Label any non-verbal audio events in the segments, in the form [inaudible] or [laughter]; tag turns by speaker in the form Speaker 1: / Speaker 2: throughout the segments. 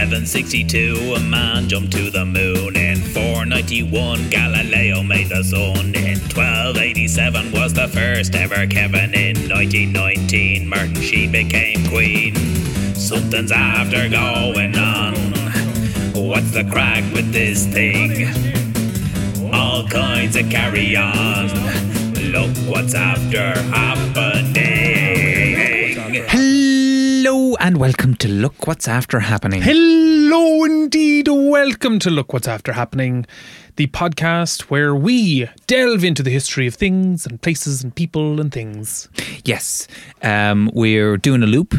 Speaker 1: 762, a man jumped to the moon. In 491, Galileo made the sun. In 1287 was the first ever Kevin. In 1919, Martin Sheen became queen. Something's after going on. What's the crack with this thing? All kinds of carry on. Look what's after happening.
Speaker 2: Hello and welcome to Look What's After Happening.
Speaker 3: Hello, indeed. Welcome to Look What's After Happening, the podcast where we delve into the history of things and places and people and things.
Speaker 2: Yes, um, we're doing a loop.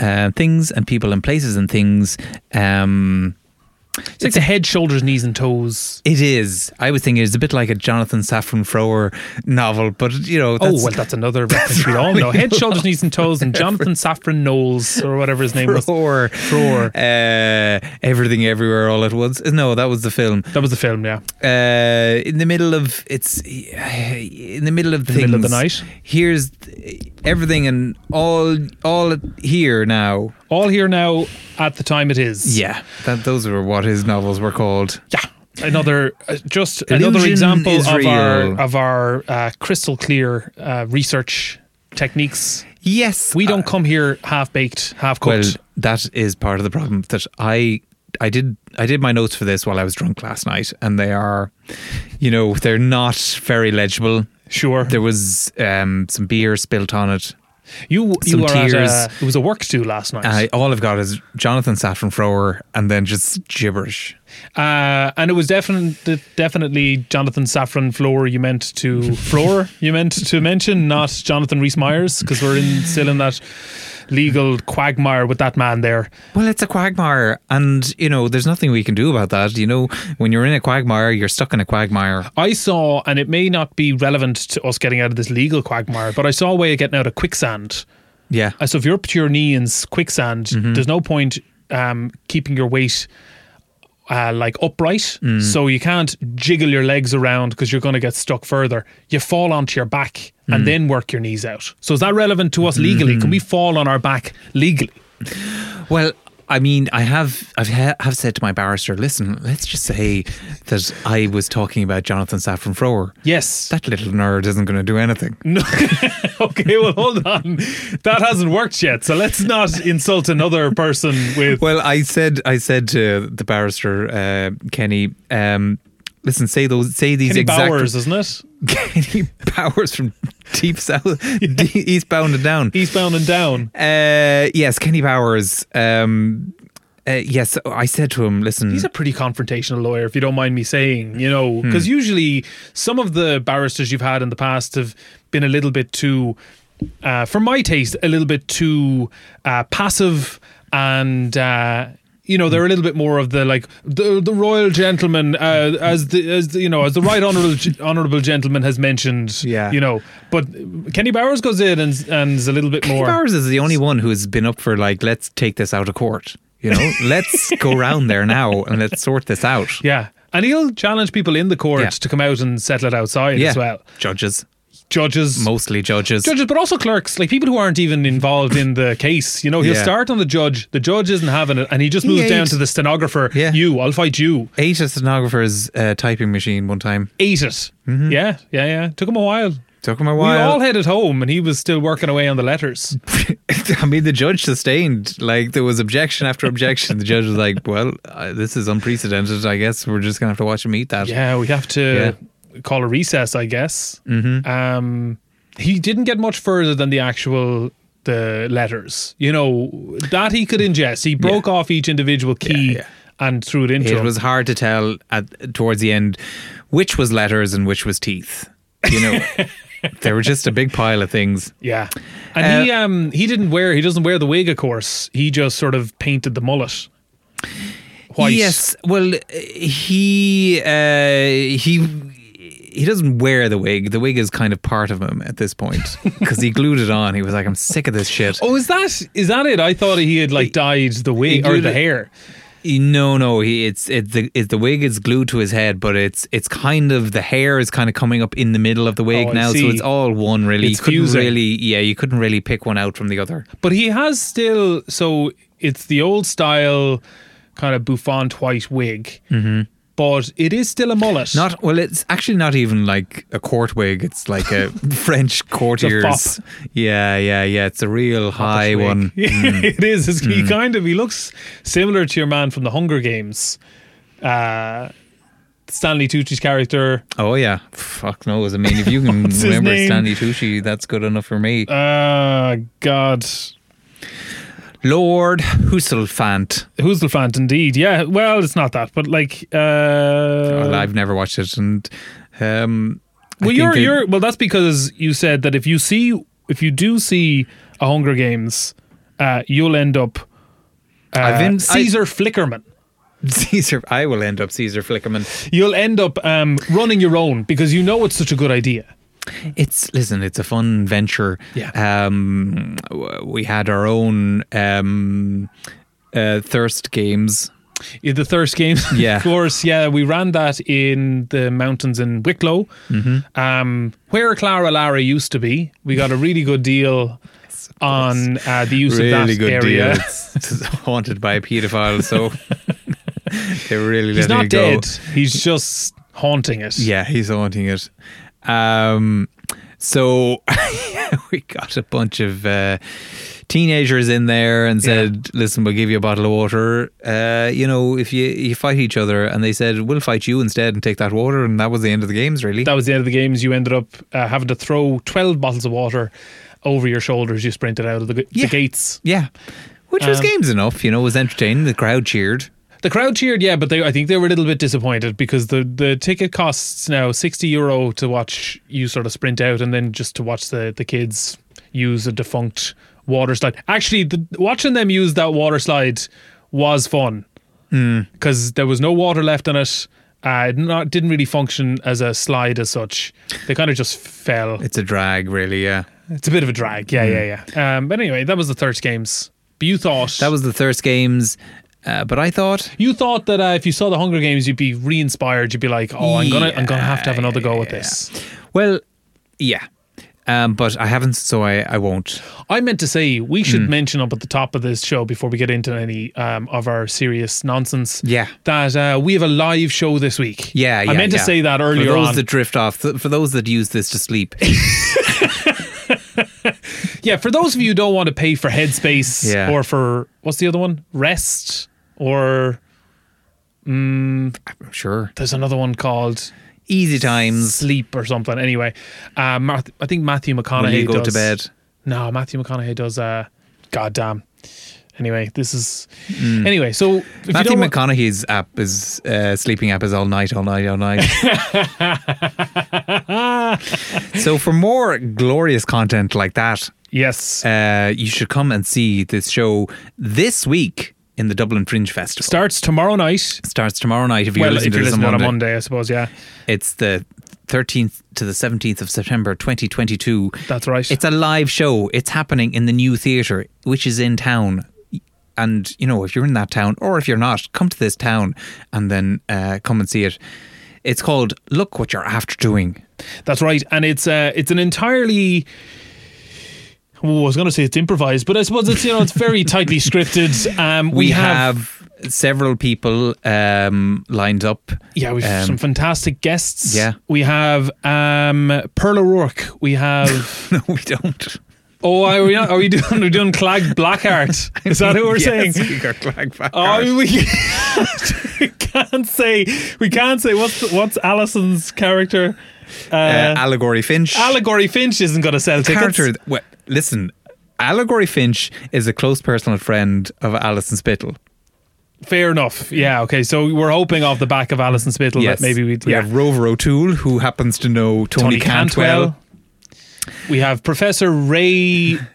Speaker 2: Uh, things and people and places and things. Um,
Speaker 3: It's like the head, shoulders, knees, and toes.
Speaker 2: it is. I was thinking it's a bit like a Jonathan Safran Foer novel, but you know.
Speaker 3: oh, well, that's
Speaker 2: [laughs]
Speaker 3: another reference we all know. Head, shoulders, knees, and toes, and Jonathan Safran Knowles, or whatever his
Speaker 2: [laughs]
Speaker 3: name was.
Speaker 2: Foer.
Speaker 3: Foer.
Speaker 2: Uh, everything, everywhere, all at once. No, that was the film.
Speaker 3: That was the film, yeah.
Speaker 2: uh, in the middle of it's uh, in the middle of things.
Speaker 3: middle of the night.
Speaker 2: Here's th- everything and all all here now.
Speaker 3: All here now at the time it is.
Speaker 2: Yeah, that those were what his novels were called.
Speaker 3: Yeah. Another, uh, just another
Speaker 2: Illusion
Speaker 3: example
Speaker 2: is
Speaker 3: of
Speaker 2: real.
Speaker 3: our of our uh, crystal clear uh, research techniques.
Speaker 2: Yes, uh,
Speaker 3: We don't come here half baked, half
Speaker 2: well,
Speaker 3: cooked.
Speaker 2: that is part of the problem that I I did I did my notes for this while I was drunk last night, and they are, you know, they're not very legible.
Speaker 3: sure,
Speaker 2: There was um, some beer spilt on it.
Speaker 3: you you
Speaker 2: some
Speaker 3: were at a,
Speaker 2: tears.
Speaker 3: it was a work do last night,
Speaker 2: I, all I've got is Jonathan Safran Foer, and then just gibberish.
Speaker 3: uh, and it was definitely definitely Jonathan Safran Floor. You
Speaker 2: [laughs]
Speaker 3: meant to floor. you meant to mention, not Jonathan Rhys Myers, because we're
Speaker 2: [laughs]
Speaker 3: in still in that legal quagmire with that man there.
Speaker 2: Well, it's a quagmire, and you know, there's nothing we can do about that. You know, when you're in a quagmire, you're stuck in a quagmire.
Speaker 3: I saw, and it may not be relevant to us getting out of this legal quagmire, but I saw a way of getting out of quicksand.
Speaker 2: Yeah,
Speaker 3: Uh, so if you're up to your knee in s- quicksand,
Speaker 2: Mm-hmm.
Speaker 3: there's no point um, keeping your weight uh, like upright.
Speaker 2: Mm.
Speaker 3: So you can't jiggle your legs around because you're going to get stuck further. You fall onto your back
Speaker 2: Mm.
Speaker 3: and then work your knees out. So is that relevant to us legally? Can we fall on our back legally?
Speaker 2: Well, I mean, I have I've ha- have said to my barrister, listen, let's just say that I was talking about Jonathan Safran Foer.
Speaker 3: Yes.
Speaker 2: That little nerd isn't going to do anything.
Speaker 3: [laughs] Mm. okay, well, hold on. That hasn't worked yet. So let's not insult another person with.
Speaker 2: Well, I said I said to the barrister uh, Kenny, um, listen, say those say these
Speaker 3: Kenny
Speaker 2: exact
Speaker 3: Bowers, isn't it?
Speaker 2: [laughs] Kenny Powers from
Speaker 3: [laughs]
Speaker 2: deep south, eastbound and down.
Speaker 3: Eastbound and down.
Speaker 2: Uh, yes, Kenny Powers. Um, uh, yes, I said to him, listen.
Speaker 3: he's a pretty confrontational lawyer, if you don't mind me saying, you
Speaker 2: Hmm.
Speaker 3: know, because usually some of the barristers you've had in the past have been a little bit too, uh, for my taste, a little bit too uh, passive and. Uh, you know they're a little bit more of the like the the royal gentleman uh, as the as the, you know as the right honorable honorable gentleman has mentioned
Speaker 2: Yeah.
Speaker 3: you know but Kenny Bowers goes in and and is a little bit
Speaker 2: Kenny
Speaker 3: more
Speaker 2: Powers is the only one who's been up for like, let's take this out of court. You
Speaker 3: [laughs]
Speaker 2: know, let's go round there now and let's sort this out.
Speaker 3: yeah and he'll challenge people in the court
Speaker 2: Yeah.
Speaker 3: to come out and settle it outside as well
Speaker 2: judges,
Speaker 3: judges
Speaker 2: mostly judges.
Speaker 3: judges, but also clerks, like people who aren't even involved in the case. You know, he'll
Speaker 2: Yeah.
Speaker 3: start on the judge. The judge isn't having it, and he just
Speaker 2: He
Speaker 3: moves down
Speaker 2: ate.
Speaker 3: to the stenographer.
Speaker 2: Yeah.
Speaker 3: You, I'll fight you.
Speaker 2: Ate a stenographer's uh, typing machine one time.
Speaker 3: Ate it. Yeah, yeah, yeah. Took him a while.
Speaker 2: Mm-hmm. Took him a
Speaker 3: We all
Speaker 2: while.
Speaker 3: headed home, and he was still working away on the letters.
Speaker 2: [laughs] I mean, the judge sustained. Like there was objection after objection. the judge was like,
Speaker 3: [laughs]
Speaker 2: "Well, uh, this is unprecedented. I guess we're just gonna have to watch him eat that."
Speaker 3: Yeah, we have to call a recess, I guess.
Speaker 2: Mm-hmm.
Speaker 3: Um, he didn't get much further than the actual the letters. You know that he could ingest. He broke off each individual key
Speaker 2: yeah.
Speaker 3: and threw it into.
Speaker 2: It
Speaker 3: him.
Speaker 2: was hard to tell at towards the end which was letters and which was teeth. You
Speaker 3: [laughs]
Speaker 2: know, there were just a big pile of things.
Speaker 3: Yeah, and he
Speaker 2: Uh,
Speaker 3: um he didn't wear he doesn't wear the wig, of course. He just sort of painted the mullet white.
Speaker 2: Yes, well, uh, he uh, he he doesn't wear the wig. The wig is kind of part of him at this
Speaker 3: [laughs]
Speaker 2: point because he glued it on. He was like, "I'm sick of this shit."
Speaker 3: Oh, is that is that it? I thought he had like dyed the
Speaker 2: he
Speaker 3: wig or
Speaker 2: did
Speaker 3: the
Speaker 2: it.
Speaker 3: hair.
Speaker 2: No, no, he, it's it the it's the wig is glued to his head, but it's it's kind of the hair is kind of coming up in the middle of the wig
Speaker 3: Oh, I
Speaker 2: now, so
Speaker 3: see.
Speaker 2: it's all one really.
Speaker 3: It's
Speaker 2: you couldn't
Speaker 3: fusing.
Speaker 2: really, yeah, you couldn't really pick one out from the other.
Speaker 3: But he has still so it's the old style kind of bouffant white wig, but it is still a mullet.
Speaker 2: Mm-hmm. Not well. It's actually not even like a court wig. It's like
Speaker 3: [laughs]
Speaker 2: a French courtier's.
Speaker 3: fop.
Speaker 2: yeah, yeah, yeah. It's a real high
Speaker 3: Swig.
Speaker 2: one.
Speaker 3: [laughs]
Speaker 2: Mm.
Speaker 3: it is. It's, He kind of he looks similar to your man from the Hunger Games, uh, Stanley Tucci's character.
Speaker 2: Oh yeah. Fuck knows. I mean, if
Speaker 3: [laughs]
Speaker 2: you can
Speaker 3: What's his
Speaker 2: remember
Speaker 3: name?
Speaker 2: Stanley Tucci, that's good enough for me.
Speaker 3: Uh,
Speaker 2: Ah,
Speaker 3: God,
Speaker 2: Lord Husselfant.
Speaker 3: who's the fant? Indeed, yeah. Well, it's not that, but like, uh,
Speaker 2: Well, I've never watched it, and um, I
Speaker 3: well,
Speaker 2: think
Speaker 3: you're
Speaker 2: it-
Speaker 3: you're well. That's because you said that if you see if you do see a Hunger Games, uh, you'll end up. Uh,
Speaker 2: I've been- I-
Speaker 3: Caesar Flickerman.
Speaker 2: [laughs] Caesar. I will end up Caesar Flickerman.
Speaker 3: You'll end up um, running your own because you know it's such a good idea.
Speaker 2: It's listen. It's a fun venture.
Speaker 3: Yeah.
Speaker 2: Um, w- we had our own um, uh, thirst games.
Speaker 3: Yeah, the thirst games. [laughs]
Speaker 2: Yeah.
Speaker 3: of course. Yeah, we ran that in the mountains in Wicklow,
Speaker 2: Mm-hmm.
Speaker 3: um, where Clara Lara used to be. We got a really good
Speaker 2: [laughs]
Speaker 3: deal on uh, the use of
Speaker 2: really
Speaker 3: that
Speaker 2: good
Speaker 3: area. [laughs]
Speaker 2: deal. It's, it's [laughs] haunted by a paedophile, so [laughs] they really
Speaker 3: He's
Speaker 2: letting
Speaker 3: not
Speaker 2: it go.
Speaker 3: dead. He's just haunting it.
Speaker 2: Yeah, he's haunting it. Um, so [laughs] we got a bunch of uh, teenagers in there and said, "Listen, we'll give you a bottle of water. Uh, you know, if you you fight each other." And they said, "We'll fight you instead and take that water." And that was the end of the games, really.
Speaker 3: That was the end of the games. You ended up uh, having to throw twelve bottles of water over your shoulders. You sprinted out of the, g-
Speaker 2: Yeah.
Speaker 3: the gates.
Speaker 2: yeah, which
Speaker 3: Um,
Speaker 2: was games enough. You know, it was entertaining. The crowd cheered.
Speaker 3: The crowd cheered, yeah, but they I think they were a little bit disappointed because the, the ticket costs now sixty euro to watch you sort of sprint out and then just to watch the, the kids use a defunct water slide. Actually, the, watching them use that water slide was fun because there was no water left on it. Uh, it not, didn't really function as a slide as such. They kind of just fell.
Speaker 2: It's a drag, really. Yeah.
Speaker 3: It's a bit of a drag. Yeah, yeah, yeah. Um, but anyway, that was the third games. But you thought
Speaker 2: That was the thirst games. Uh, but I thought
Speaker 3: You thought that uh, if you saw the Hunger Games, you'd be re-inspired. You'd be like, "Oh, I'm gonna, I'm gonna have to have another go at this."
Speaker 2: Well, yeah. Um, but I haven't, so I, I won't.
Speaker 3: I meant to say we should
Speaker 2: Hmm.
Speaker 3: mention up at the top of this show before we get into any um, of our serious nonsense.
Speaker 2: Yeah.
Speaker 3: that uh, we have a live show this week.
Speaker 2: Yeah, yeah.
Speaker 3: I meant
Speaker 2: yeah.
Speaker 3: to say that
Speaker 2: For
Speaker 3: earlier
Speaker 2: those
Speaker 3: on.
Speaker 2: that drift off, th- for those that use this to
Speaker 3: [laughs]
Speaker 2: sleep.
Speaker 3: yeah, for those of you who don't want to pay for Headspace
Speaker 2: [laughs] Yeah.
Speaker 3: or for what's the other one, Rest, or
Speaker 2: sure.
Speaker 3: there's another one called
Speaker 2: Easy times.
Speaker 3: Sleep or something. Anyway, uh, Marth- I think Matthew McConaughey
Speaker 2: When you go to
Speaker 3: does-
Speaker 2: bed.
Speaker 3: No, Matthew McConaughey does. Uh, goddamn. Anyway, this is. Anyway, so if
Speaker 2: Hmm. Matthew
Speaker 3: you don't,
Speaker 2: McConaughey's app is uh, sleeping app is all night, all night, all
Speaker 3: [laughs]
Speaker 2: night. [laughs] so for more glorious content like that,
Speaker 3: yes,
Speaker 2: uh, you should come and see this show this week in the Dublin Fringe Festival.
Speaker 3: starts tomorrow night.
Speaker 2: Starts tomorrow night if you're
Speaker 3: Well,
Speaker 2: listening
Speaker 3: if
Speaker 2: to
Speaker 3: you're
Speaker 2: this
Speaker 3: listening on a
Speaker 2: Monday.
Speaker 3: Monday, I suppose. Yeah,
Speaker 2: It's the 13th to the 17th of September 2022.
Speaker 3: that's right.
Speaker 2: It's a live show. It's happening in the new theatre, which is in town. And, you know, if you're in that town or if you're not, come to this town and then uh, come and see it. It's called Look What You're After Doing.
Speaker 3: that's right, and it's uh, it's an entirely. Oh, I was going to say it's improvised, but I suppose it's you know it's very
Speaker 2: [laughs]
Speaker 3: tightly scripted. Um, we,
Speaker 2: We, have, several people um, lined up. [laughs]
Speaker 3: yeah, we've
Speaker 2: um,
Speaker 3: some fantastic guests.
Speaker 2: Yeah.
Speaker 3: we have um, Pearl O'Rourke. We have
Speaker 2: [laughs] No, we don't.
Speaker 3: oh, are we not, are we doing we're doing Clag Blackheart? Is that what we're saying?
Speaker 2: [laughs] Yes, we got Clag Blackheart.
Speaker 3: Oh, we can't, we [laughs] can't say we can't say what's the, what's Alison's character. Uh,
Speaker 2: uh, Allegory Finch.
Speaker 3: Allegory Finch isn't going to sell tickets.
Speaker 2: character. Well, listen, Allegory Finch is a close personal friend of Alison Spittle.
Speaker 3: Fair enough. Yeah. Okay. So we're hoping off the back of Alison Spittle that maybe we'd,
Speaker 2: we
Speaker 3: yeah.
Speaker 2: have Rover O'Toole, who happens to know Tony,
Speaker 3: Tony Cantwell. We have Professor Ray
Speaker 2: Cantwell,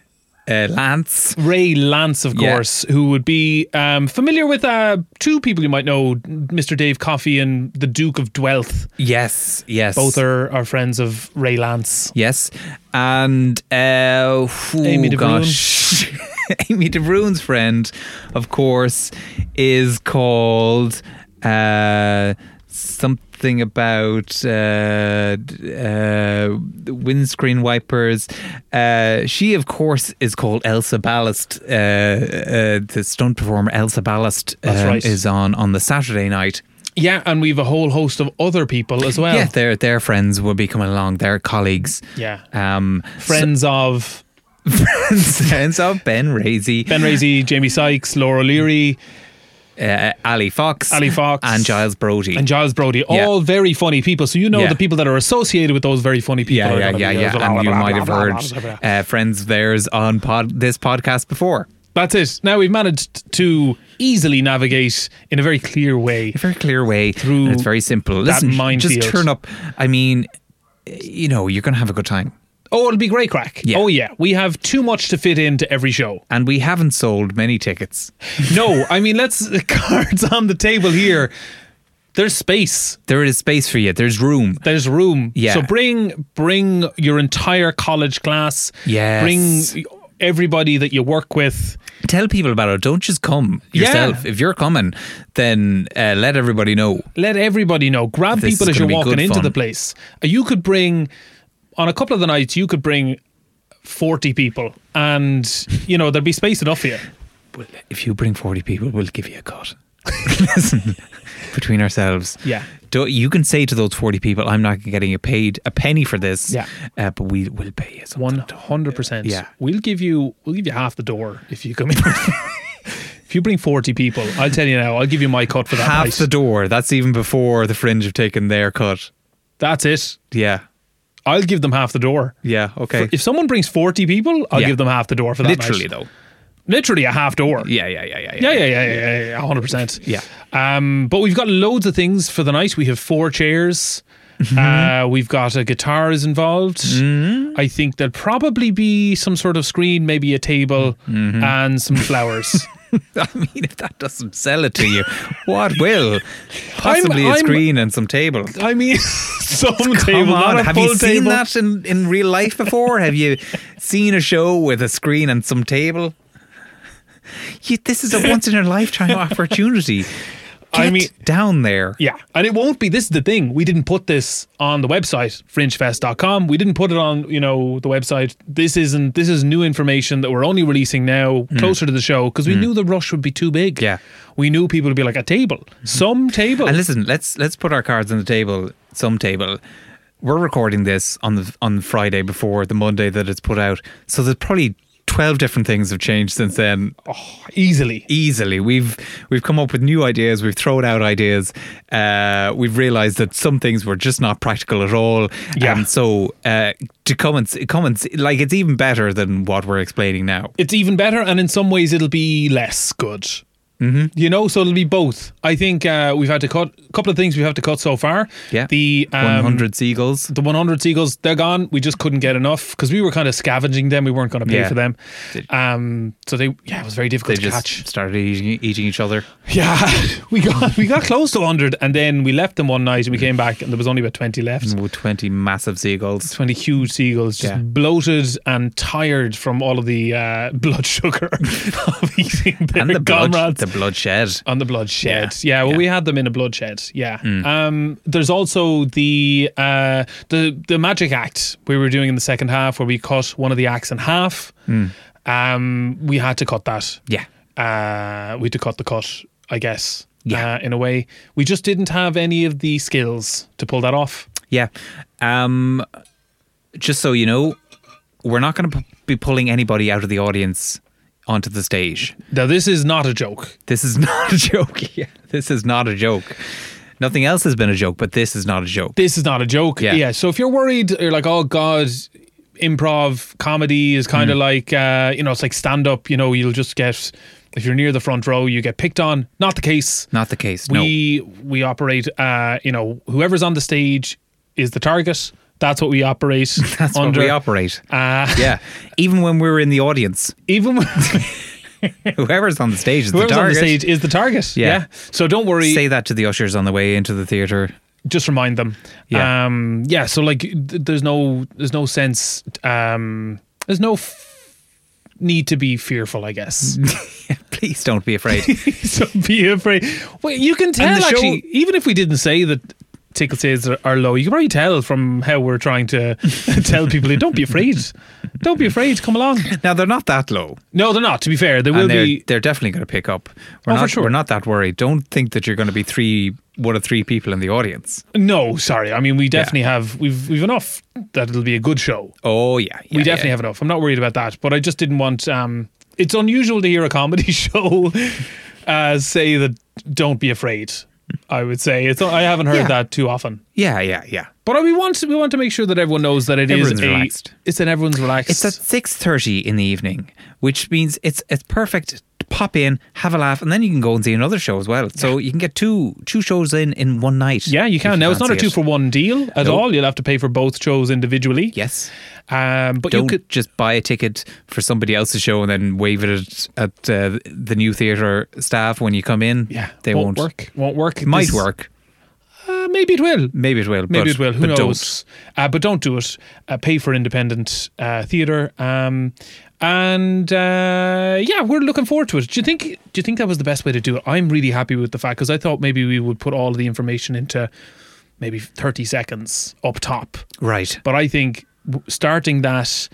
Speaker 2: uh, Lance.
Speaker 3: Ray Lance, of
Speaker 2: Yeah.
Speaker 3: course, who would be um, familiar with uh, two people you might know, Mr. Dave Coffey and the Duke of Dwelth.
Speaker 2: Yes, yes,
Speaker 3: Both are, are friends of Ray Lance.
Speaker 2: Yes, and uh, who-
Speaker 3: Amy de Bruin.
Speaker 2: gosh. [laughs] Amy de Bruin's friend, of course, is called uh, something about uh, d- uh, windscreen wipers. Uh, she, of course, is called Elsa Ballast. Uh, uh, the stunt performer Elsa Ballast um,
Speaker 3: That's right.
Speaker 2: is on on the Saturday night.
Speaker 3: Yeah, and we've a whole host of other people as well.
Speaker 2: Yeah, their their friends will be coming along. Their colleagues.
Speaker 3: Yeah.
Speaker 2: Um,
Speaker 3: Friends of
Speaker 2: so- [laughs] friends of Ben Raisy,
Speaker 3: Ben Raisy, Jamie Sykes, Laura Leary,
Speaker 2: uh, Ali Fox,
Speaker 3: Ali Fox.
Speaker 2: and Giles Brody.
Speaker 3: and Giles Brody.
Speaker 2: Yeah.
Speaker 3: All very funny people. So you know
Speaker 2: Yeah.
Speaker 3: the people that are associated with those very funny people.
Speaker 2: yeah,
Speaker 3: are
Speaker 2: yeah,
Speaker 3: gonna
Speaker 2: yeah,
Speaker 3: be-
Speaker 2: yeah. And you might have heard uh, friends of theirs on pod this podcast before.
Speaker 3: That's it. Now we've managed to easily navigate in a very clear way.
Speaker 2: a very clear way
Speaker 3: Through
Speaker 2: and it's very simple. Listen,
Speaker 3: minefield.
Speaker 2: just turn up. I mean, you know, you're going to have a good time.
Speaker 3: Oh, it'll be great crack.
Speaker 2: Yeah.
Speaker 3: Oh, yeah. We have too much to fit into every show.
Speaker 2: And we haven't sold many tickets.
Speaker 3: No, I mean, let's [laughs] cards on the table here. There's space.
Speaker 2: There is space for you. There's room.
Speaker 3: There's room.
Speaker 2: Yeah.
Speaker 3: So bring bring your entire college class.
Speaker 2: Yes.
Speaker 3: Bring everybody that you work with.
Speaker 2: Tell people about it. Don't just come
Speaker 3: Yeah.
Speaker 2: yourself. If you're coming, then uh, let everybody know.
Speaker 3: Let everybody know. Grab
Speaker 2: This
Speaker 3: people
Speaker 2: is
Speaker 3: as
Speaker 2: gonna
Speaker 3: you're
Speaker 2: be
Speaker 3: walking
Speaker 2: good
Speaker 3: into
Speaker 2: fun.
Speaker 3: the place. Uh, You could bring on a couple of the nights. You could bring forty people, and you know there'd be space enough for you.
Speaker 2: Well, if you bring 40 people, we'll give you a cut. [laughs] Listen, between ourselves.
Speaker 3: Yeah.
Speaker 2: do you can say to those 40 people, I'm not getting you paid a penny for this.
Speaker 3: Yeah.
Speaker 2: Uh, but we will pay you something.
Speaker 3: One hundred percent.
Speaker 2: Yeah.
Speaker 3: We'll give you we'll give you half the door if you come in. [laughs] if you bring forty people, I'll tell you now. I'll give you my cut for that
Speaker 2: half
Speaker 3: night.
Speaker 2: the door. That's even before the fringe have taken their cut.
Speaker 3: That's it.
Speaker 2: Yeah.
Speaker 3: I'll give them half the door.
Speaker 2: Yeah. Okay.
Speaker 3: If someone brings 40 people, I'll
Speaker 2: Yeah.
Speaker 3: give them half the door for that.
Speaker 2: Literally
Speaker 3: night.
Speaker 2: though.
Speaker 3: Literally a half door.
Speaker 2: Yeah. Yeah. Yeah. Yeah.
Speaker 3: Yeah, yeah, yeah, yeah, yeah, yeah, 100%.
Speaker 2: Yeah.
Speaker 3: Um, but we've got loads of things for the night. We have four chairs.
Speaker 2: Mm-hmm.
Speaker 3: Uh, we've got a guitar is involved. I think there'll probably be some sort of screen, maybe a table,
Speaker 2: Mm-hmm.
Speaker 3: and
Speaker 2: [laughs]
Speaker 3: some flowers.
Speaker 2: [laughs] I mean, if that doesn't sell it to you, what will? Possibly
Speaker 3: [laughs] I'm-
Speaker 2: a screen and some table.
Speaker 3: I mean, [laughs]
Speaker 2: [laughs]
Speaker 3: some
Speaker 2: Come
Speaker 3: table,
Speaker 2: on,
Speaker 3: not a
Speaker 2: have
Speaker 3: full
Speaker 2: you seen
Speaker 3: table.
Speaker 2: that in, in real life before? have you seen a show with a screen and some table? You, this
Speaker 3: [laughs]
Speaker 2: is a once in a lifetime opportunity.
Speaker 3: I
Speaker 2: Get
Speaker 3: mean-
Speaker 2: down there.
Speaker 3: Yeah. And it won't be this is the thing. We didn't put this on the website, fringefest.com. We didn't put it on, you know, the website. This isn't this is new information that we're only releasing now closer to the show because we knew the rush would be too big.
Speaker 2: Hmm. Yeah. Hmm.
Speaker 3: We knew people would be like a table. Some table.
Speaker 2: And listen, let's let's put our cards on the table, some table. We're recording this on the on Friday before the Monday that it's put out, so there's probably twelve different things have changed since then.
Speaker 3: easily.
Speaker 2: Easily, we've we've come up with new ideas, we've thrown out ideas, uh, we've realised that some things were just not practical at all.
Speaker 3: Yeah.
Speaker 2: And so uh, to comments, comments like it's even better than what we're explaining now.
Speaker 3: It's even better and in some ways it'll be less good. Mm-hmm. You know, so it'll be both. I think uh, we've had to cut a couple of things we've had to cut so far.
Speaker 2: Yeah.
Speaker 3: The um,
Speaker 2: One hundred seagulls.
Speaker 3: the 100 seagulls they're gone we just couldn't get enough because we were kind of scavenging them we weren't going to pay
Speaker 2: Yeah.
Speaker 3: for them um so they yeah it was very
Speaker 2: They
Speaker 3: difficult to
Speaker 2: just
Speaker 3: catch
Speaker 2: started eating, eating each other.
Speaker 3: yeah [laughs] we got we got close to 100 and then we left them one
Speaker 2: Mm.
Speaker 3: night and we came back and there was only about 20 left
Speaker 2: Ooh, Twenty massive
Speaker 3: [laughs]
Speaker 2: seagulls.
Speaker 3: 20 huge seagulls just
Speaker 2: Mm. Yeah.
Speaker 3: bloated and tired from all of the uh, [laughs] blood sugar of eating their
Speaker 2: and the blood,
Speaker 3: comrades
Speaker 2: the bloodshed.
Speaker 3: on the bloodshed. Yeah, well, we had them in a bloodshed. Yeah. Um, there's also the uh, the the magic act we were doing in the second half, where we cut one of the acts in half. Um, we had to cut that.
Speaker 2: Yeah,
Speaker 3: Uh, we had to cut the cut, I guess.
Speaker 2: Yeah.
Speaker 3: Uh, in a way, we just didn't have any of the skills to pull that off.
Speaker 2: yeah. Um, just so you know, we're not going to p- be pulling anybody out of the audience onto the stage.
Speaker 3: Now, this is not a joke.
Speaker 2: This is [laughs] not a joke. Yeah, this is not a joke. Nothing else has been a joke, but this is not a joke.
Speaker 3: this is not a joke.
Speaker 2: Yeah.
Speaker 3: So if you're worried, you're like, oh god, improv comedy is
Speaker 2: Mm.
Speaker 3: kind of like, uh, you know, it's like stand up. You know, you'll just get if you're near the front row, you get picked on. Not the case.
Speaker 2: Not the case. no.
Speaker 3: We we operate. Uh, you know, whoever's on the stage is the target. That's what we operate
Speaker 2: [laughs] That's
Speaker 3: under.
Speaker 2: what we operate.
Speaker 3: uh,
Speaker 2: [laughs] yeah. Even when we're in the
Speaker 3: [laughs]
Speaker 2: audience, [laughs]
Speaker 3: even when
Speaker 2: whoever's on the stage is the
Speaker 3: whoever's on the
Speaker 2: target.
Speaker 3: stage is the target.
Speaker 2: Yeah.
Speaker 3: So don't worry.
Speaker 2: Say that to the ushers on the way into the theatre. [laughs]
Speaker 3: just remind them.
Speaker 2: Yeah.
Speaker 3: Um, yeah. So like, th- there's no there's no sense. Um, there's no. F- need to be fearful, I guess.
Speaker 2: Mm. Please don't be afraid.
Speaker 3: [laughs] so be afraid. Well, you can tell
Speaker 2: the show-
Speaker 3: actually, even if we didn't say that tickle sales are, are low, you can probably tell from how we're trying to [laughs] tell people, don't be afraid, don't be afraid, come along.
Speaker 2: now they're not that low,
Speaker 3: No, they're not. To be fair, they will
Speaker 2: and they're
Speaker 3: be.
Speaker 2: they're definitely going to pick up. We're
Speaker 3: Oh, for
Speaker 2: not
Speaker 3: sure.
Speaker 2: we're not that worried. Don't think that you're going to be three one of three people in the audience.
Speaker 3: No, sorry. I mean, we definitely have. We've we've enough that it'll be a good show.
Speaker 2: Oh yeah, yeah,
Speaker 3: we definitely
Speaker 2: yeah.
Speaker 3: have enough. I'm not worried about that. But I just didn't want. Um, it's unusual to hear a comedy [laughs] show uh, say that. Don't be afraid. I would say it's. I haven't heard
Speaker 2: Yeah.
Speaker 3: that too often.
Speaker 2: Yeah, yeah, yeah.
Speaker 3: But we want to, we want to make sure that everyone knows that it is
Speaker 2: Everyone's
Speaker 3: a,
Speaker 2: relaxed.
Speaker 3: It's an everyone's relaxed.
Speaker 2: It's at six thirty in the evening, which means it's it's perfect. to Pop in, have a laugh, and then you can go and see another show as well. So you can get two two shows in in one night.
Speaker 3: yeah, you
Speaker 2: if
Speaker 3: can. Now it's not a
Speaker 2: fancy
Speaker 3: two
Speaker 2: it.
Speaker 3: for one deal at
Speaker 2: No.
Speaker 3: all. You'll have to pay for both shows individually.
Speaker 2: Yes,
Speaker 3: Um, but
Speaker 2: don't
Speaker 3: you could.
Speaker 2: just buy a ticket for somebody else's show and then wave it at, at uh, the new theatre staff when you come in.
Speaker 3: Yeah,
Speaker 2: they won't,
Speaker 3: work. Won't work.
Speaker 2: It might
Speaker 3: This-
Speaker 2: work.
Speaker 3: Uh, maybe it will.
Speaker 2: Maybe it will.
Speaker 3: Maybe
Speaker 2: but,
Speaker 3: it will. Who
Speaker 2: but don't.
Speaker 3: knows? Uh, but don't do it. Uh, pay for independent uh, theatre. Um, and uh, yeah, we're looking forward to it. Do you think? Do you think that was the best way to do it? I'm really happy with the fact because I thought maybe we would put all of the information into maybe 30 seconds up top.
Speaker 2: Right.
Speaker 3: But I think w- starting that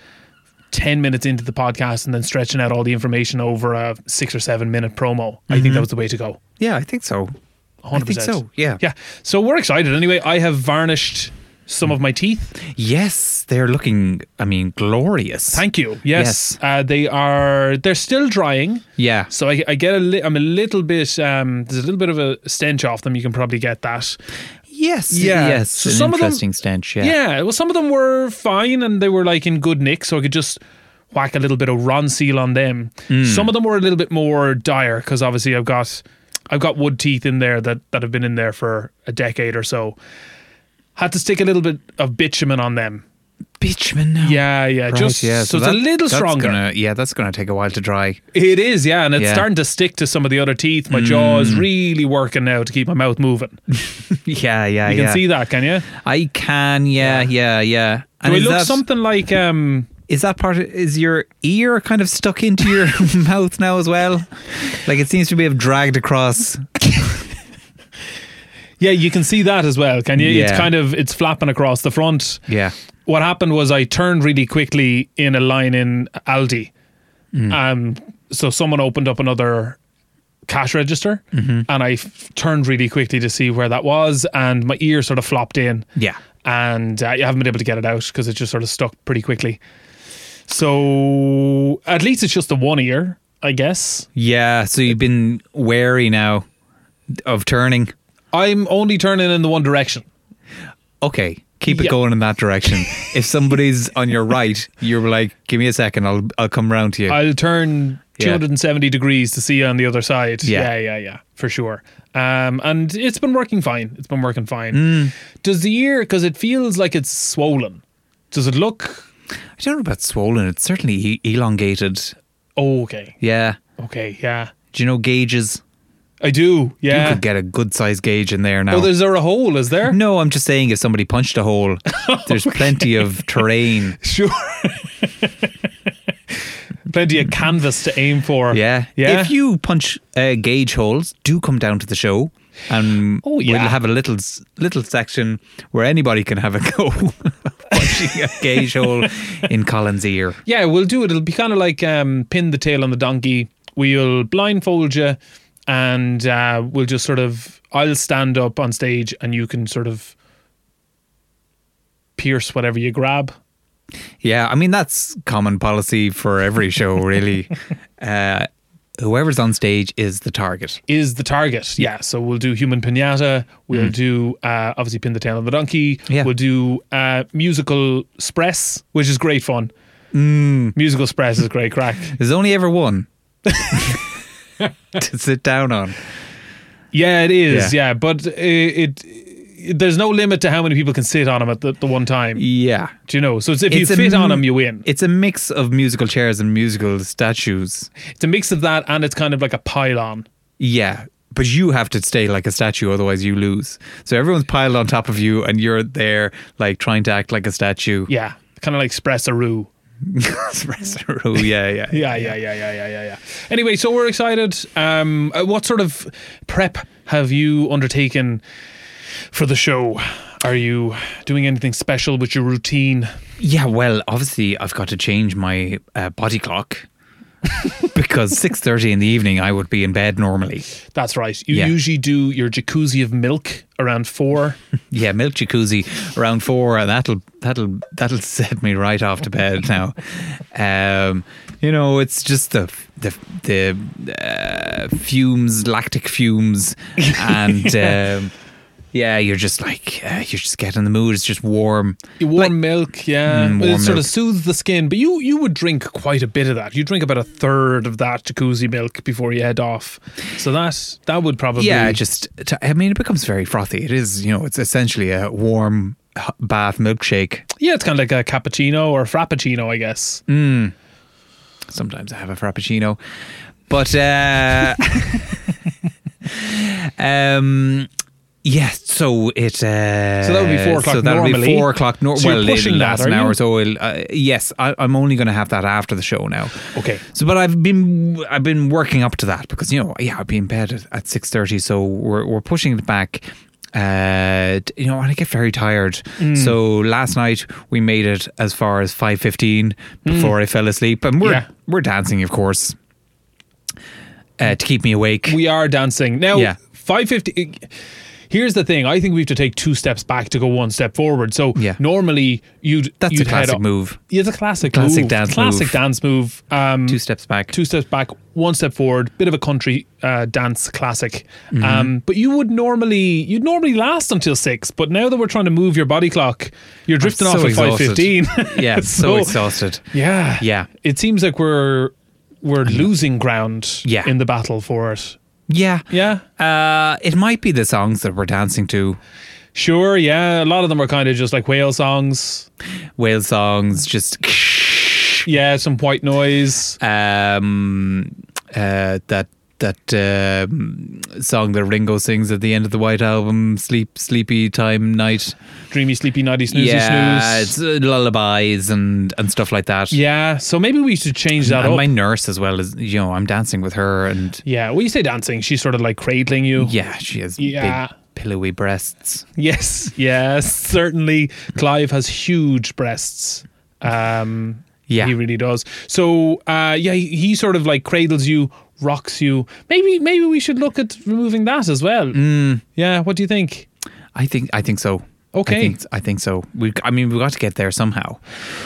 Speaker 3: 10 minutes into the podcast and then stretching out all the information over a six or seven minute promo, I think that was the way to go.
Speaker 2: Yeah, Mm-hmm. I think so.
Speaker 3: 100%.
Speaker 2: I think so. Yeah.
Speaker 3: Yeah. So we're excited. Anyway, I have varnished some of my teeth.
Speaker 2: Yes, they're looking. I mean, glorious.
Speaker 3: Thank you. Yes.
Speaker 2: Yes.
Speaker 3: Uh, they are, they're still drying.
Speaker 2: yeah.
Speaker 3: So I, I get a li- I'm a little bit, um, there's a little bit of a stench off them. You can probably get that.
Speaker 2: Yes.
Speaker 3: Yeah.
Speaker 2: Yes.
Speaker 3: So
Speaker 2: an
Speaker 3: some of them-
Speaker 2: interesting stench. Yeah.
Speaker 3: Yeah, well, some of them were fine and they were like in good nick, so I could just whack a little bit of Ron Seal on them. Some of them were a little bit more dire because obviously I've got I've got wood teeth in there that that have been in there for a decade or so. Had to stick a little bit of bitumen on them.
Speaker 2: Bitchman. Now.
Speaker 3: Yeah, yeah,
Speaker 2: Right,
Speaker 3: just
Speaker 2: yeah.
Speaker 3: so,
Speaker 2: that-
Speaker 3: it's a little
Speaker 2: that's
Speaker 3: stronger.
Speaker 2: Gonna, yeah, that's going to take a while to dry.
Speaker 3: It is, yeah, and it's
Speaker 2: Yeah. Mm.
Speaker 3: starting to stick to some of the other teeth. My jaw is really working now to keep my mouth moving. You
Speaker 2: [laughs] yeah, yeah,
Speaker 3: can see that, can you?
Speaker 2: I can. Yeah, yeah, yeah.
Speaker 3: Do I
Speaker 2: is
Speaker 3: look
Speaker 2: that,
Speaker 3: something like um?
Speaker 2: Is that part? Is your ear kind of stuck into [laughs] your mouth now as well? Like it seems to be have dragged across.
Speaker 3: Yeah, you can see that as well, can you? It's
Speaker 2: Yeah.
Speaker 3: kind of it's flapping across the front.
Speaker 2: Yeah.
Speaker 3: What happened was I turned really quickly in a line in Aldi. Um, so someone opened up another cash register, and I f- turned really quickly to see where that was, and my ear sort of flopped in,
Speaker 2: Yeah.
Speaker 3: and uh, I haven't been able to get it out because it just sort of stuck pretty quickly. So at least it's just the one ear, I guess.
Speaker 2: Yeah. So you've been wary now of turning.
Speaker 3: I'm only turning in the one direction.
Speaker 2: Okay. Keep it
Speaker 3: Yeah.
Speaker 2: going in that direction. if somebody's on your right, you're like, "Give me a second. I'll I'll come round to you."
Speaker 3: I'll turn
Speaker 2: Yeah.
Speaker 3: 270 degrees to see you on the other side. Yeah,
Speaker 2: Yeah.
Speaker 3: yeah, yeah, for sure. Um, and it's been working fine. It's been working fine.
Speaker 2: Hmm.
Speaker 3: Does the ear, because it feels like it's swollen, does it look
Speaker 2: I don't know about swollen. It's certainly e- elongated.
Speaker 3: oh, okay?
Speaker 2: Yeah.
Speaker 3: Okay, yeah.
Speaker 2: Do you know gauges?
Speaker 3: I do,
Speaker 2: You
Speaker 3: yeah.
Speaker 2: could get a good size gauge in there now.
Speaker 3: oh, there's there a hole, is
Speaker 2: [laughs]
Speaker 3: there?
Speaker 2: No, I'm just saying if somebody punched a hole,
Speaker 3: [laughs] Oh,
Speaker 2: there's plenty of terrain.
Speaker 3: Sure. [laughs] Plenty of canvas to aim for.
Speaker 2: Yeah.
Speaker 3: Yeah.
Speaker 2: If you punch uh, gauge holes, do come down to the show. And
Speaker 3: Oh, yeah.
Speaker 2: we'll have a little s- little section where anybody can have a go [laughs] punching a gauge hole in Colin's ear.
Speaker 3: Yeah, we'll do it. It'll be kind of like um, pin the tail on the donkey. We'll blindfold you, and uh, we'll just sort of. I'll stand up on stage, and you can sort of pierce whatever you grab.
Speaker 2: Yeah, I mean that's common policy for every show, really.
Speaker 3: [laughs]
Speaker 2: uh, whoever's on stage is the target.
Speaker 3: Is the target? Yeah. So we'll do human pinata. We'll do uh, obviously pin the tail on the donkey.
Speaker 2: Yeah.
Speaker 3: We'll do uh, musical spress, which is great fun. Musical spress is great crack.
Speaker 2: There's only ever one to sit down on.
Speaker 3: Yeah, it is. Yeah,
Speaker 2: Yeah.
Speaker 3: but it, it there's no limit to how many people can sit on them at the, the one time.
Speaker 2: Yeah.
Speaker 3: Do you know? So it's if
Speaker 2: It's
Speaker 3: you
Speaker 2: a
Speaker 3: fit on
Speaker 2: m-
Speaker 3: them, you win.
Speaker 2: It's a mix of musical chairs and musical statues.
Speaker 3: It's a mix of that, and it's kind of like a pylon.
Speaker 2: Yeah. But you have to stay like a statue, otherwise you lose. So everyone's piled [laughs] on top of you, and you're there, like trying to act like a statue.
Speaker 3: Yeah, kind of like Spressaroo.
Speaker 2: Roo, yeah, yeah,
Speaker 3: [laughs] Yeah, yeah, yeah, yeah, yeah, yeah, yeah. Anyway, so we're excited. Um, uh, what sort of prep have you undertaken for the show? Are you doing anything special with your routine?
Speaker 2: Yeah, well, obviously I've got to change my uh, body clock [laughs] because 6:30 in the evening I would be in bed normally.
Speaker 3: That's right. You
Speaker 2: Yeah.
Speaker 3: usually do your jacuzzi of milk around four.
Speaker 2: Yeah, milk jacuzzi around 4 and that'll that'll that'll [laughs] set me right off to bed now. Um, you know, it's just the the the uh, fumes, lactic fumes and um yeah, you're just like uh, you're just getting in the mood. It's just warm.
Speaker 3: You warm milk, yeah.
Speaker 2: Mm,
Speaker 3: But it
Speaker 2: warm
Speaker 3: sort of
Speaker 2: milk.
Speaker 3: soothes the skin. But you you would drink quite a bit of that. You drink about a third of that jacuzzi milk before you head off. So that that would probably
Speaker 2: Yeah, just t- I mean, it becomes very frothy. It is, you know, it's essentially a warm h- bath milkshake.
Speaker 3: yeah, it's kind of like a cappuccino or a frappuccino, I guess.
Speaker 2: Mm. Sometimes I have a frappuccino, but
Speaker 3: [laughs]
Speaker 2: uh, um, yeah. So it uh,
Speaker 3: So that would be four o'clock
Speaker 2: So that would
Speaker 3: normally.
Speaker 2: be four o'clock. Nor-
Speaker 3: So you're
Speaker 2: well, it'll
Speaker 3: pushing that,
Speaker 2: last
Speaker 3: are
Speaker 2: an
Speaker 3: you?
Speaker 2: hour. So it'll, uh, yes, I, I'm only going to have that after the show now.
Speaker 3: Okay.
Speaker 2: So, but I've been I've been working up to that because you know yeah I'll be in bed at, at six thirty, so we're we're pushing it back. Uh, d- you know, and I get very tired.
Speaker 3: Mm.
Speaker 2: So last night we made it as far as five fifteen before I fell asleep, and we're
Speaker 3: Mm. Yeah.
Speaker 2: we're dancing, of course, uh, to keep me awake.
Speaker 3: We are dancing. Now,
Speaker 2: Yeah.
Speaker 3: 550. Here's the thing. I think we have to take two steps back to go one step forward. So
Speaker 2: Yeah.
Speaker 3: normally you'd
Speaker 2: That's
Speaker 3: you'd
Speaker 2: a
Speaker 3: head
Speaker 2: classic
Speaker 3: up-
Speaker 2: move.
Speaker 3: Yeah, it's a classic
Speaker 2: Classic
Speaker 3: move.
Speaker 2: dance
Speaker 3: classic
Speaker 2: move.
Speaker 3: dance move. Um,
Speaker 2: Two steps back.
Speaker 3: two steps back, one step forward. Bit of a country uh, dance classic.
Speaker 2: Mm-hmm.
Speaker 3: Um, but you would normally you'd normally last until six. But now that we're trying to move your body clock, you're drifting
Speaker 2: so
Speaker 3: off at five
Speaker 2: exhausted. [laughs] [laughs]
Speaker 3: fifteen. [laughs]
Speaker 2: yeah, so exhausted.
Speaker 3: Yeah,
Speaker 2: Yeah.
Speaker 3: It seems like we're we're losing ground.
Speaker 2: Yeah.
Speaker 3: in the battle for it.
Speaker 2: Yeah,
Speaker 3: Yeah.
Speaker 2: Uh, it might be the songs that we're dancing to.
Speaker 3: Sure, yeah. A lot of them are kind of just like whale songs.
Speaker 2: Whale songs, just
Speaker 3: Yeah, some white noise.
Speaker 2: um, uh, that that um song that Ringo sings at the end of the White Album, "Sleep Sleepy Time Night."
Speaker 3: Dreamy, sleepy, nighty, snoozy,
Speaker 2: yeah,
Speaker 3: snooze.
Speaker 2: it's, uh, lullabies and and stuff like that.
Speaker 3: Yeah, so maybe we should change that
Speaker 2: and
Speaker 3: up.
Speaker 2: my nurse as well as you know, I'm dancing with her, and
Speaker 3: yeah, when you say dancing, she's sort of like cradling you.
Speaker 2: yeah, she has
Speaker 3: Yeah.
Speaker 2: big pillowy breasts.
Speaker 3: Yes, [laughs] yes, certainly. Clive has huge breasts. Um,
Speaker 2: Yeah.
Speaker 3: he really does. So, uh, yeah, he, he sort of like cradles you, rocks you. Maybe, maybe we should look at removing that as well. Yeah, what do you think?
Speaker 2: I think I think so.
Speaker 3: Okay.
Speaker 2: I think, I think so. We, I mean, we've got to get there somehow.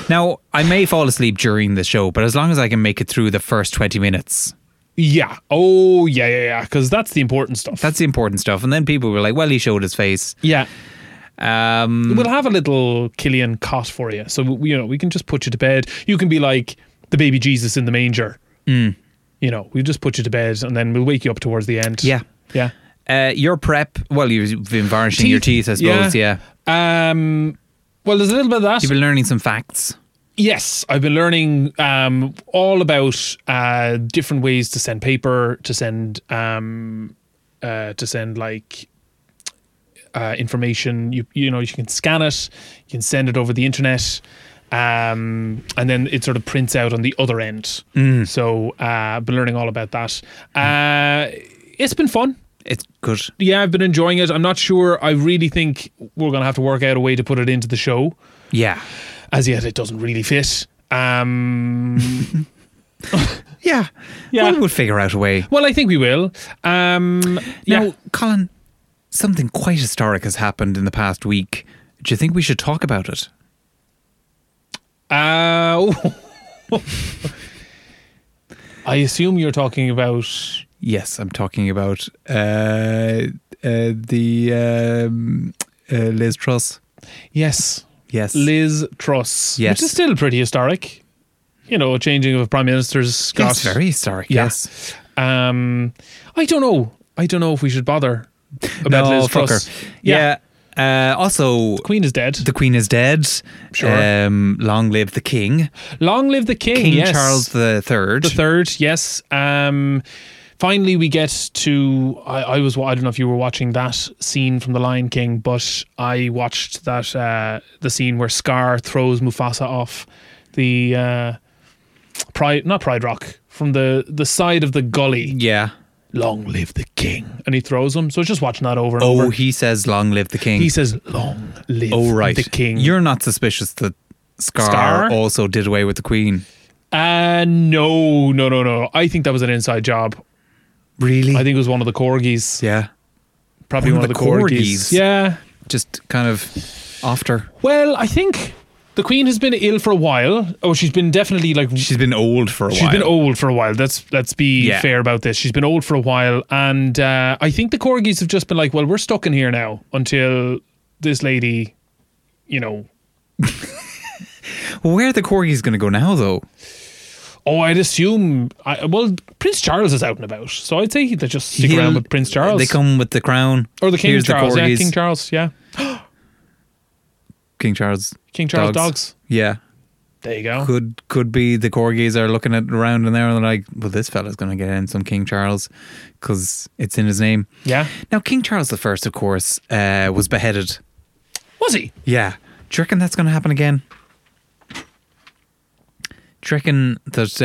Speaker 2: Now, I may fall asleep during the show, but as long as I can make it through the first 20 minutes,
Speaker 3: Yeah. Oh, yeah, yeah, yeah. Because that's the important stuff.
Speaker 2: that's the important stuff. And then people were like, well, he showed his face.
Speaker 3: yeah.
Speaker 2: Um,
Speaker 3: We'll have a little Killian cot for you, so we- you know we can just put you to bed. You can be like the baby Jesus in the manger.
Speaker 2: Mm.
Speaker 3: You know, we just put you to bed, and then we'll wake you up towards the end.
Speaker 2: Yeah.
Speaker 3: yeah.
Speaker 2: uh, your prep, well, you've been varnishing your teeth, I suppose. Yeah.
Speaker 3: Um. Well, there's a little bit of that.
Speaker 2: You've been learning some facts.
Speaker 3: Yes, I've been learning um, all about uh, different ways to send paper, to send, um, uh, to send like uh, information. You you know you can scan it, you can send it over the internet, um, and then it sort of prints out on the other end. So uh, I've been learning all about that. Uh, it's been fun
Speaker 2: It's good.
Speaker 3: yeah, I've been enjoying it. I'm not sure. I really think we're going to have to work out a way to put it into the show.
Speaker 2: Yeah.
Speaker 3: As yet, it doesn't really fit. Um, [laughs]
Speaker 2: Yeah.
Speaker 3: Yeah.
Speaker 2: Well, we'll figure out a way.
Speaker 3: well, I think we will. Um, yeah.
Speaker 2: Now, Colin, something quite historic has happened in the past week. Do you think we should talk about it?
Speaker 3: Uh, [laughs] I assume you're talking about.
Speaker 2: Yes, I'm talking about uh, uh, the um, uh, Liz Truss.
Speaker 3: Yes.
Speaker 2: Yes.
Speaker 3: Liz Truss.
Speaker 2: Yes.
Speaker 3: Which is still pretty historic. You know, a changing of a prime minister's Scott.
Speaker 2: Yes, very historic.
Speaker 3: Yeah.
Speaker 2: Yes.
Speaker 3: Um, I don't know. I don't know if we should bother about
Speaker 2: No,
Speaker 3: Liz
Speaker 2: fuck
Speaker 3: Truss.
Speaker 2: her. Yeah. Uh, also,
Speaker 3: Queen is dead.
Speaker 2: the Queen is dead.
Speaker 3: Sure.
Speaker 2: Um, long live the King.
Speaker 3: Long live the king.
Speaker 2: King
Speaker 3: yes.
Speaker 2: Charles the Third.
Speaker 3: the third. Yes. Um, finally, we get to. I, I was. I don't know if you were watching that scene from The Lion King, but I watched that uh, the scene where Scar throws Mufasa off the uh, Pride, not Pride Rock, from the the side of the gully.
Speaker 2: Yeah.
Speaker 3: Long live the king! And he throws him. So it's just watching that over and
Speaker 2: Oh,
Speaker 3: over.
Speaker 2: he says, "Long live the king."
Speaker 3: He says, "Long live
Speaker 2: oh, right.
Speaker 3: the king."
Speaker 2: You're not suspicious that Scar,
Speaker 3: Scar?
Speaker 2: also did away with the queen,
Speaker 3: uh, no, no, no, no. I think that was an inside job.
Speaker 2: really?
Speaker 3: I think it was one of the corgis.
Speaker 2: yeah.
Speaker 3: Probably
Speaker 2: One
Speaker 3: one,
Speaker 2: of
Speaker 3: of the
Speaker 2: the
Speaker 3: corgis.
Speaker 2: corgis.
Speaker 3: Yeah.
Speaker 2: Just kind of after
Speaker 3: Well, I think the Queen has been ill for a while. Oh, she's been definitely like
Speaker 2: she's been old for a
Speaker 3: she's
Speaker 2: while.
Speaker 3: been old for a while. Let's let's be
Speaker 2: Yeah.
Speaker 3: fair about this. She's been old for a while, and uh, I think the corgis have just been like, well, we're stuck in here now until this lady, you know.
Speaker 2: Where are the corgis going to go now, though?
Speaker 3: Oh, I'd assume. I, well, Prince Charles is out and about, so I'd say they just stick
Speaker 2: He'll-
Speaker 3: around with Prince Charles.
Speaker 2: They come with the crown
Speaker 3: or the King
Speaker 2: Here's
Speaker 3: Charles,
Speaker 2: The
Speaker 3: yeah,
Speaker 2: corgis.
Speaker 3: King Charles, yeah,
Speaker 2: King Charles.
Speaker 3: King Charles dogs.
Speaker 2: Yeah.
Speaker 3: There you go.
Speaker 2: could could be the corgis are looking at around in there and they're like, well, this fella's going to get in some King Charles because it's in his name.
Speaker 3: Yeah,
Speaker 2: Now, King Charles the First, of course, uh, was beheaded.
Speaker 3: was he?
Speaker 2: Yeah. Do you reckon that's going to happen again? Do you reckon that,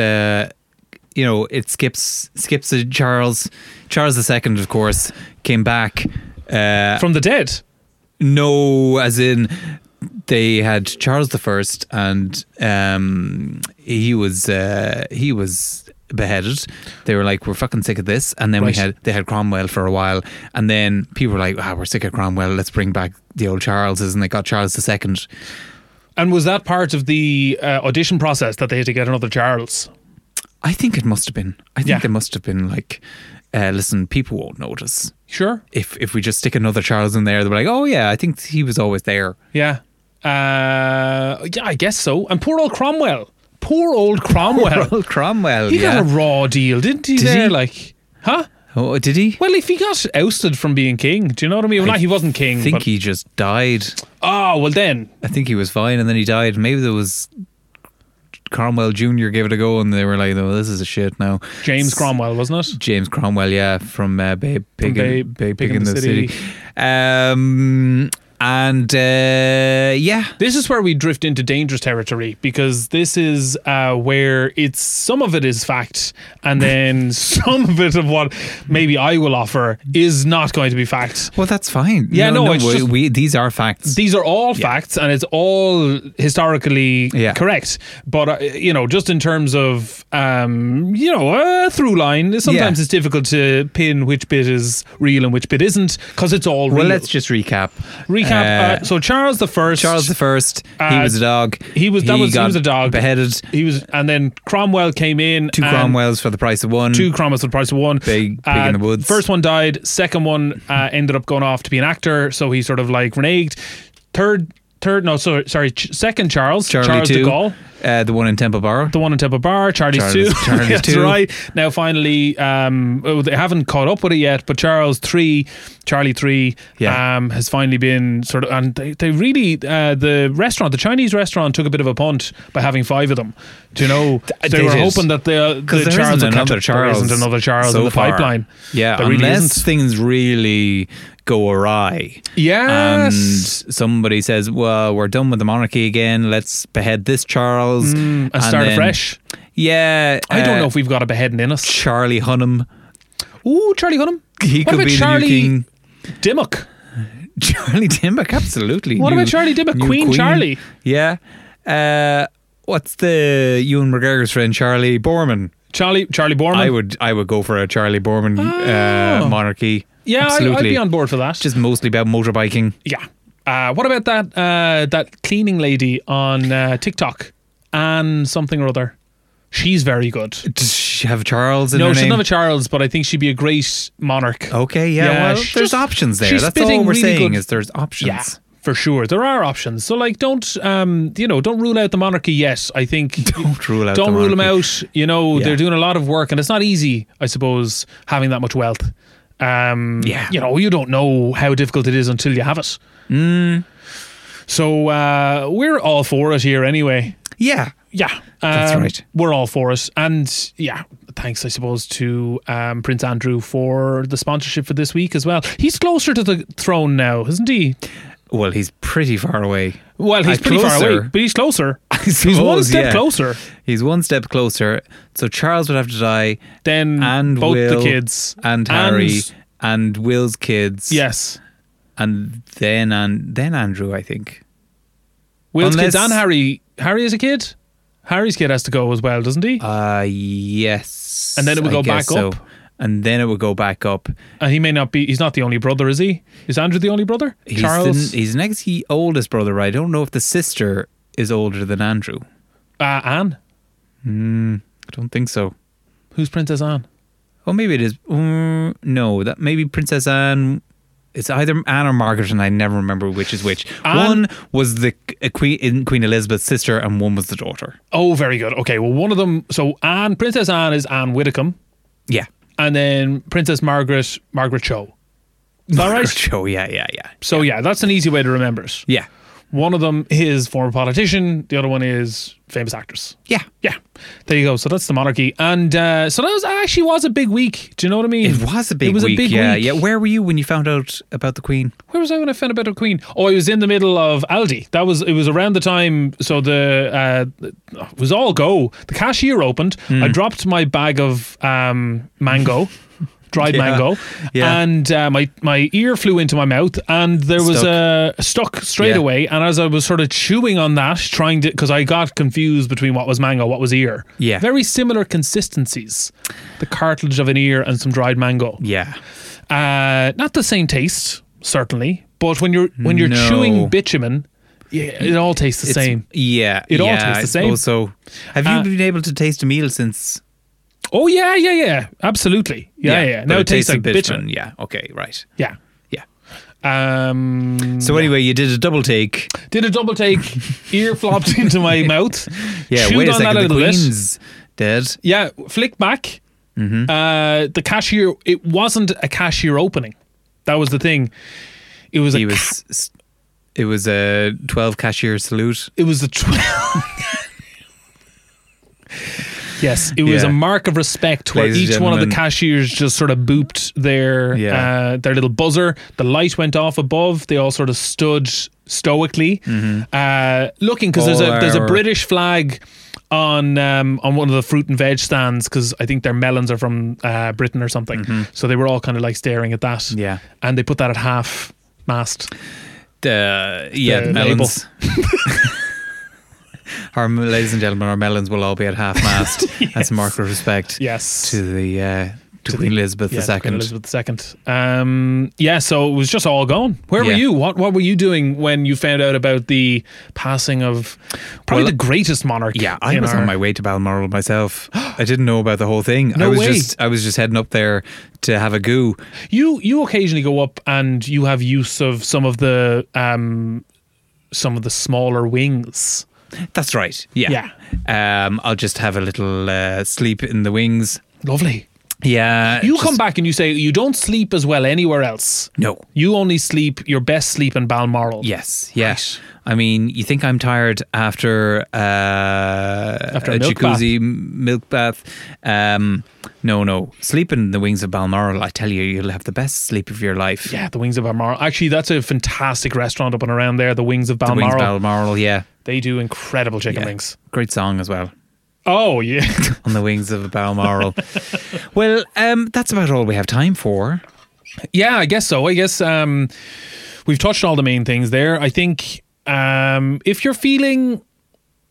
Speaker 2: uh, you know, it skips skips to Charles? Charles the Second, of course, came back. Uh,
Speaker 3: From the dead?
Speaker 2: no, as in they had Charles the First, and um, he was uh, he was beheaded. They were like, "We're fucking sick of this," and then
Speaker 3: Right.
Speaker 2: we had they had Cromwell for a while, and then people were like, "Ah, we're sick of Cromwell. Let's bring back the old Charleses," and they got Charles the Second.
Speaker 3: And was that part of the uh, audition process that they had to get another Charles?
Speaker 2: I think it must have been. I think
Speaker 3: Yeah.
Speaker 2: they must have been like, uh, "Listen, people won't notice."
Speaker 3: Sure.
Speaker 2: If, if we just stick another Charles in there, they're like, oh yeah, I think he was always there. [laughs]
Speaker 3: Yeah. Uh, yeah, I guess so. And poor old Cromwell. Poor old Cromwell.
Speaker 2: Well, Cromwell,
Speaker 3: he
Speaker 2: yeah.
Speaker 3: got a raw deal, didn't he?
Speaker 2: Did
Speaker 3: there,
Speaker 2: he?
Speaker 3: like, huh?
Speaker 2: oh, did he?
Speaker 3: Well, if he got ousted from being king, do you know what I mean? Well,
Speaker 2: I
Speaker 3: not- he wasn't king.
Speaker 2: I think
Speaker 3: Mm, but,
Speaker 2: he just died.
Speaker 3: oh well, then
Speaker 2: I think he was fine, and then he died. Maybe there was Cromwell Junior gave it a go, and they were like, "Oh, this is a shit now." S-
Speaker 3: James Cromwell, wasn't it?
Speaker 2: James Cromwell, yeah, from uh, Babe Pig,
Speaker 3: From
Speaker 2: in,
Speaker 3: Babe-
Speaker 2: Babe Pig in the, City. Um, and uh, yeah,
Speaker 3: This is where we drift into dangerous territory because this is uh, where it's some of it is fact,
Speaker 2: [laughs]
Speaker 3: and then some of it of what maybe I will offer is not going to be fact.
Speaker 2: well, that's fine.
Speaker 3: Yeah, no, it's
Speaker 2: we,
Speaker 3: just-
Speaker 2: we- these are facts.
Speaker 3: These are all facts, and it's all historically
Speaker 2: Yeah.
Speaker 3: correct. But uh, you know, just in terms of um, you know a through line, sometimes
Speaker 2: Yeah.
Speaker 3: it's difficult to pin which bit is real and which bit isn't because it's all
Speaker 2: well,
Speaker 3: real.
Speaker 2: let's just recap.
Speaker 3: recap.
Speaker 2: Uh,
Speaker 3: Uh, so Charles the First,
Speaker 2: Charles the First, he
Speaker 3: uh,
Speaker 2: was a dog.
Speaker 3: he was- that was- he was a dog.
Speaker 2: beheaded.
Speaker 3: he was, and then Cromwell came in.
Speaker 2: Two
Speaker 3: and
Speaker 2: Cromwells for the price of one.
Speaker 3: Two Cromwells for the price of one. Uh,
Speaker 2: Big pig in the woods.
Speaker 3: First one died. Second one uh, ended up going off to be an actor, so he sort of like reneged. Third, third, no, sorry, sorry, ch- second Charles,
Speaker 2: Charlie
Speaker 3: Charles
Speaker 2: two,
Speaker 3: de Gaulle,
Speaker 2: uh, the one in Temple Bar.
Speaker 3: the one in Temple Bar, Charlie's
Speaker 2: Charles-
Speaker 3: two, [laughs]
Speaker 2: Charlie's
Speaker 3: That's
Speaker 2: two.
Speaker 3: right. Now finally, um, oh, they haven't caught up with it yet, but Charles three, Charlie three,
Speaker 2: Yeah.
Speaker 3: um, has finally been sort of, and they, they really, uh, the restaurant, the Chinese restaurant, took a bit of a punt by having five of them. Do you know?
Speaker 2: Th-
Speaker 3: they
Speaker 2: they
Speaker 3: were
Speaker 2: did.
Speaker 3: hoping that the, the
Speaker 2: Because there
Speaker 3: Charles
Speaker 2: isn't
Speaker 3: would catch
Speaker 2: another
Speaker 3: up. There
Speaker 2: Charles.
Speaker 3: isn't another Charles
Speaker 2: so
Speaker 3: in the
Speaker 2: far.
Speaker 3: pipeline.
Speaker 2: Yeah,
Speaker 3: There really
Speaker 2: unless
Speaker 3: isn't.
Speaker 2: things really go awry.
Speaker 3: Yes.
Speaker 2: And somebody says, well, we're done with the monarchy again. Let's behead this Charles.
Speaker 3: Mm, and, start
Speaker 2: then-
Speaker 3: afresh.
Speaker 2: Yeah.
Speaker 3: I don't
Speaker 2: uh,
Speaker 3: know if we've got a beheading in us.
Speaker 2: Charlie Hunnam. [laughs]
Speaker 3: Ooh, Charlie Hunnam.
Speaker 2: He
Speaker 3: What
Speaker 2: could
Speaker 3: about
Speaker 2: be
Speaker 3: Charlie
Speaker 2: the new king. [laughs]
Speaker 3: Dimmock.
Speaker 2: Charlie Dimmock, absolutely.
Speaker 3: What
Speaker 2: New-
Speaker 3: about Charlie Dimmock?
Speaker 2: new
Speaker 3: Queen Charlie.
Speaker 2: Yeah. Uh, what's the Ewan McGregor's friend, Charlie Borman?
Speaker 3: Charlie Charlie Borman.
Speaker 2: I would I would go for a Charlie Borman uh,
Speaker 3: Oh.
Speaker 2: monarchy.
Speaker 3: yeah, I,
Speaker 2: absolutely.
Speaker 3: I'd be on board for that.
Speaker 2: Just mostly about motorbiking.
Speaker 3: yeah. Uh, what about that uh, that cleaning lady on uh, TikTok and something or other? She's very good.
Speaker 2: Does she have Charles in
Speaker 3: No,
Speaker 2: her
Speaker 3: she's
Speaker 2: name? Oh,
Speaker 3: not a Charles, but I think she'd be a great monarch.
Speaker 2: okay, yeah.
Speaker 3: Yeah,
Speaker 2: well,
Speaker 3: she's
Speaker 2: there's
Speaker 3: just-
Speaker 2: options there.
Speaker 3: she's
Speaker 2: That's all
Speaker 3: spitting
Speaker 2: we're
Speaker 3: really
Speaker 2: saying
Speaker 3: good-
Speaker 2: is there's options.
Speaker 3: Yeah, for sure. There are options. So like don't um you know, don't rule out the monarchy yet. I think
Speaker 2: [laughs] Don't rule out.
Speaker 3: don't
Speaker 2: the
Speaker 3: rule them
Speaker 2: monarchy.
Speaker 3: out. You know,
Speaker 2: Yeah.
Speaker 3: they're doing a lot of work and it's not easy, I suppose, having that much wealth. Um
Speaker 2: Yeah.
Speaker 3: you know, you don't know how difficult it is until you have it.
Speaker 2: Mm.
Speaker 3: So uh we're all for it here anyway.
Speaker 2: Yeah.
Speaker 3: Yeah,
Speaker 2: That's
Speaker 3: um,
Speaker 2: right.
Speaker 3: We're all for it, and yeah, thanks, I suppose, to um, Prince Andrew for the sponsorship for this week as well. He's closer to the throne now, isn't he?
Speaker 2: Well, he's pretty far
Speaker 3: [laughs]
Speaker 2: away.
Speaker 3: Well, he's
Speaker 2: Uh,
Speaker 3: pretty far away,
Speaker 2: closer.
Speaker 3: but he's closer. he's one
Speaker 2: suppose,
Speaker 3: step
Speaker 2: yeah.
Speaker 3: closer
Speaker 2: He's one step closer. So Charles would have to die,
Speaker 3: than
Speaker 2: and
Speaker 3: Mm, both
Speaker 2: Will
Speaker 3: the kids
Speaker 2: and Harry and, Will's kids.
Speaker 3: Yes,
Speaker 2: and then and then Andrew, I think.
Speaker 3: Will's
Speaker 2: Unless-
Speaker 3: kids and Harry. Harry is a kid. Harry's kid has to go as well, doesn't he?
Speaker 2: Uh yes.
Speaker 3: And then it would
Speaker 2: I
Speaker 3: go
Speaker 2: guess
Speaker 3: back
Speaker 2: so.
Speaker 3: up?
Speaker 2: And then it would go back up.
Speaker 3: and Uh, he may not be. He's not the only brother, is he? Is Andrew the only brother?
Speaker 2: He's
Speaker 3: Charles.
Speaker 2: The, he's next he oldest brother. I don't know if the sister is older than Andrew.
Speaker 3: uh, Anne.
Speaker 2: I don't think so.
Speaker 3: Who's Princess Anne?
Speaker 2: Oh, maybe it is. Mm, no, that maybe Princess Anne. It's either Anne or Margaret, and I never remember which is which.
Speaker 3: Anne-
Speaker 2: one was the uh, Queen, in Queen Elizabeth's sister, and one was the daughter.
Speaker 3: Oh, very good. Okay, well, one of them. So Anne, Princess Anne is Anne Whittacombe,
Speaker 2: Yeah.
Speaker 3: and then Princess Margaret, Margaret Cho. Is
Speaker 2: [laughs]
Speaker 3: that
Speaker 2: Margaret
Speaker 3: right?
Speaker 2: Cho, yeah, yeah, yeah.
Speaker 3: So yeah, that's an easy way to remember it.
Speaker 2: Yeah.
Speaker 3: One of them is former politician. The other one is famous actress.
Speaker 2: Yeah.
Speaker 3: Yeah, there you go. So that's the monarchy, and uh, so that was that actually was a big week. Do you know what I mean?
Speaker 2: It was a big
Speaker 3: It was
Speaker 2: week.
Speaker 3: a big
Speaker 2: yeah,
Speaker 3: week.
Speaker 2: yeah. Where were you when you found out about the Queen?
Speaker 3: Where was I when I found out about the Queen? Oh, I was in the middle of Aldi. That was it was around the time. So the uh, it was all go. The cashier opened. I
Speaker 2: Hmm.
Speaker 3: dropped my bag of um,
Speaker 2: [laughs]
Speaker 3: mango. Dried
Speaker 2: Yeah.
Speaker 3: mango,
Speaker 2: Yeah.
Speaker 3: and uh, my my ear flew into my mouth, and there was a stuck straight
Speaker 2: Yeah.
Speaker 3: away. And as I was sort of chewing on that, trying to, because I got confused between what was mango, what was ear.
Speaker 2: Yeah.
Speaker 3: very similar consistencies, the cartilage of an ear and some dried mango.
Speaker 2: Yeah.
Speaker 3: Uh, not the same taste, certainly, but when you're when you're
Speaker 2: No.
Speaker 3: chewing bitumen, yeah, it all tastes the
Speaker 2: It's-
Speaker 3: same.
Speaker 2: Yeah.
Speaker 3: It all
Speaker 2: yeah,
Speaker 3: tastes
Speaker 2: I
Speaker 3: the same.
Speaker 2: suppose So, have you
Speaker 3: Uh,
Speaker 2: been able to taste a meal since?
Speaker 3: Oh yeah, yeah, yeah, absolutely. Yeah, yeah.
Speaker 2: but
Speaker 3: Now
Speaker 2: it
Speaker 3: it tastes like
Speaker 2: a bit
Speaker 3: bitumen.
Speaker 2: different. Yeah. Okay. Right.
Speaker 3: Yeah.
Speaker 2: Yeah.
Speaker 3: Um,
Speaker 2: So anyway, you did a double take.
Speaker 3: did a double take,
Speaker 2: [laughs]
Speaker 3: ear flopped into my mouth.
Speaker 2: Yeah.
Speaker 3: chewed
Speaker 2: wait a
Speaker 3: on
Speaker 2: second.
Speaker 3: that a
Speaker 2: the
Speaker 3: little bit.
Speaker 2: Queen's Mm-hmm. dead.
Speaker 3: Yeah, flick back. Uh, the cashier. It wasn't a cashier opening. That was the thing. It was a
Speaker 2: He was. s- It was a twelve cashier salute.
Speaker 3: It was the twelve. yes, it was
Speaker 2: Yeah.
Speaker 3: a mark of respect where
Speaker 2: Ladies and
Speaker 3: each one of the
Speaker 2: gentlemen.
Speaker 3: cashiers just sort of booped their
Speaker 2: Yeah.
Speaker 3: uh, their little buzzer. The light went off above. They all sort of stood stoically,
Speaker 2: Mm-hmm.
Speaker 3: uh, looking because there's
Speaker 2: All
Speaker 3: a there's a
Speaker 2: our-
Speaker 3: British flag. On um, on one of the fruit and veg stands because I think their melons are from uh, Britain or something, so they were all kind of like staring at that.
Speaker 2: Mm-hmm. Yeah.
Speaker 3: and they put that at half mast.
Speaker 2: The Uh, yeah,
Speaker 3: The
Speaker 2: the melons. [laughs] our ladies and gentlemen, our melons will all be at half
Speaker 3: [laughs]
Speaker 2: mast as a mark of respect.
Speaker 3: Yes,
Speaker 2: To the uh, to, Queen Elizabeth
Speaker 3: Yeah,
Speaker 2: II.
Speaker 3: Queen Elizabeth II. Um, yeah, so it was just all gone. Where were
Speaker 2: Yeah.
Speaker 3: you? What What were you doing when you found out about the passing of probably
Speaker 2: Well,
Speaker 3: the greatest monarch?
Speaker 2: Yeah, I
Speaker 3: in
Speaker 2: was
Speaker 3: our-
Speaker 2: on my way to Balmoral
Speaker 3: [gasps]
Speaker 2: myself. I didn't know about the whole thing. I
Speaker 3: No
Speaker 2: was
Speaker 3: way.
Speaker 2: just I was just heading up there to have a goo.
Speaker 3: You You occasionally go up and you have use of some of the um, some of the smaller wings.
Speaker 2: That's right. Yeah. Yeah. Um I'll just have a little uh, sleep in the wings.
Speaker 3: Lovely.
Speaker 2: Yeah.
Speaker 3: You
Speaker 2: just-
Speaker 3: come back and you say you don't sleep as well anywhere else.
Speaker 2: No.
Speaker 3: You only sleep your best sleep in Balmoral.
Speaker 2: Yes. Yes. I mean, you think I'm tired after uh, after
Speaker 3: a milk
Speaker 2: jacuzzi m- milk bath? Um, no, no. Sleep in the wings of Balmoral. I tell you, you'll have the best sleep of your life.
Speaker 3: Yeah, the Wings of Balmoral. Actually, that's a fantastic restaurant up and around there. The Wings of
Speaker 2: The
Speaker 3: Balmoral.
Speaker 2: wings of Balmoral. Yeah.
Speaker 3: They do incredible chicken
Speaker 2: yeah.
Speaker 3: wings.
Speaker 2: Great song as well.
Speaker 3: Oh yeah. [laughs]
Speaker 2: on the wings of Balmoral. well, um, that's about all we have time for.
Speaker 3: yeah, I guess so. I guess um we've touched all the main things there. I think um if you're feeling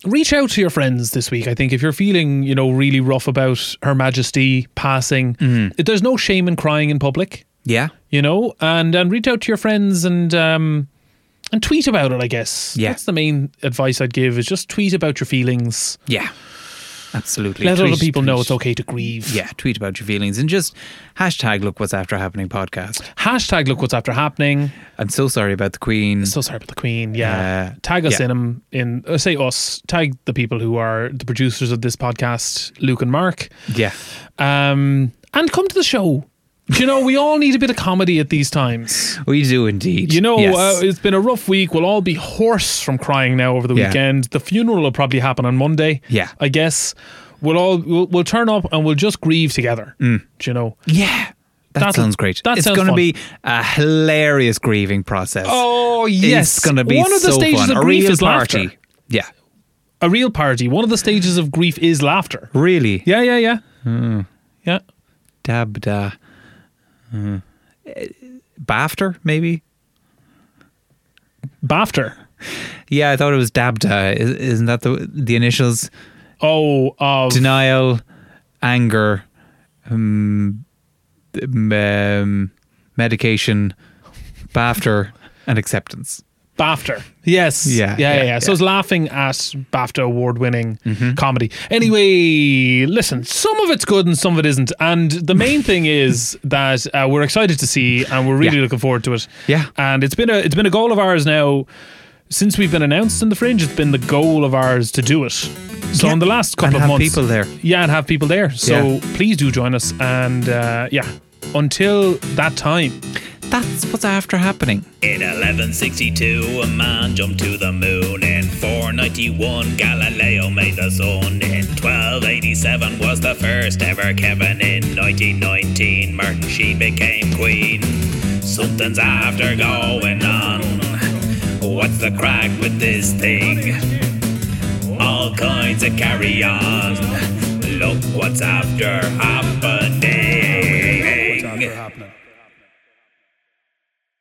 Speaker 3: reach out to your friends this week. I think if you're feeling, you know, really rough about her majesty passing, it, there's no shame in crying in public,
Speaker 2: Yeah,
Speaker 3: you know? And and reach out to your friends and um and tweet about it, I guess.
Speaker 2: Yeah.
Speaker 3: That's the main advice I'd give is just tweet about your feelings.
Speaker 2: yeah, absolutely.
Speaker 3: Let
Speaker 2: Tweet-
Speaker 3: other people know
Speaker 2: tweet.
Speaker 3: it's okay to grieve.
Speaker 2: Yeah, tweet about your feelings and just hashtag look what's after happening podcast.
Speaker 3: Hashtag look what's after happening.
Speaker 2: I'm so sorry about the Queen.
Speaker 3: so sorry about the queen yeah
Speaker 2: Uh,
Speaker 3: tag us
Speaker 2: yeah.
Speaker 3: in 'em in uh, say us tag the people who are the producers of this podcast luke and mark
Speaker 2: yeah,
Speaker 3: um and come to the show you know we all need a bit of comedy at these times
Speaker 2: we do indeed.
Speaker 3: you know
Speaker 2: Yes.
Speaker 3: uh, it's been a rough week we'll all be hoarse from crying now over the
Speaker 2: Yeah.
Speaker 3: weekend the funeral will probably happen on monday
Speaker 2: Yeah.
Speaker 3: i Mm. guess we'll all we'll, we'll turn up and we'll just grieve together Do you know
Speaker 2: yeah, That
Speaker 3: That'll-
Speaker 2: sounds great.
Speaker 3: that
Speaker 2: it's
Speaker 3: sounds
Speaker 2: going to
Speaker 3: fun.
Speaker 2: be a hilarious grieving process.
Speaker 3: Oh yes,
Speaker 2: it's going to be
Speaker 3: one of the
Speaker 2: so
Speaker 3: stages
Speaker 2: fun.
Speaker 3: of
Speaker 2: a
Speaker 3: grief
Speaker 2: real
Speaker 3: is
Speaker 2: party.
Speaker 3: laughter.
Speaker 2: Yeah,
Speaker 3: A real party. One of the stages of grief is laughter.
Speaker 2: really.
Speaker 3: Yeah, yeah, yeah, yeah.
Speaker 2: Dab da. Mm. Eh, Bafter, maybe?
Speaker 3: Bafter.
Speaker 2: Yeah, I thought it was Dabda. Is- Isn't that the the initials?
Speaker 3: Oh, of
Speaker 2: Denial, anger, um, um, um, medication, Bafter, and acceptance.
Speaker 3: BAFTA. Yes.
Speaker 2: Yeah,
Speaker 3: Yeah. Yeah.
Speaker 2: yeah, Mm-hmm.
Speaker 3: yeah. So it's laughing at BAFTA award winning comedy. Anyway, listen, some of it's good and some of it isn't. And the main thing
Speaker 2: [laughs]
Speaker 3: is that uh, we're excited to see and we're really
Speaker 2: Yeah.
Speaker 3: looking forward to it.
Speaker 2: Yeah.
Speaker 3: And it's been a it's been a goal of ours now since we've been announced in the fringe. It's been the goal of ours to do it. So
Speaker 2: Yeah.
Speaker 3: in the last couple
Speaker 2: and
Speaker 3: of
Speaker 2: have
Speaker 3: months,
Speaker 2: people there.
Speaker 3: yeah, and have people there. So please do join us. And uh, yeah, until that time.
Speaker 2: That's what's after happening.
Speaker 1: In 1162, a man jumped to the moon. In 491, Galileo made the sun. In 1287 was the first ever Kevin. In 1919, Martin she became queen. Something's after going on. What's the crack with this thing? All kinds of carry on. Look what's after happening.
Speaker 3: After happening.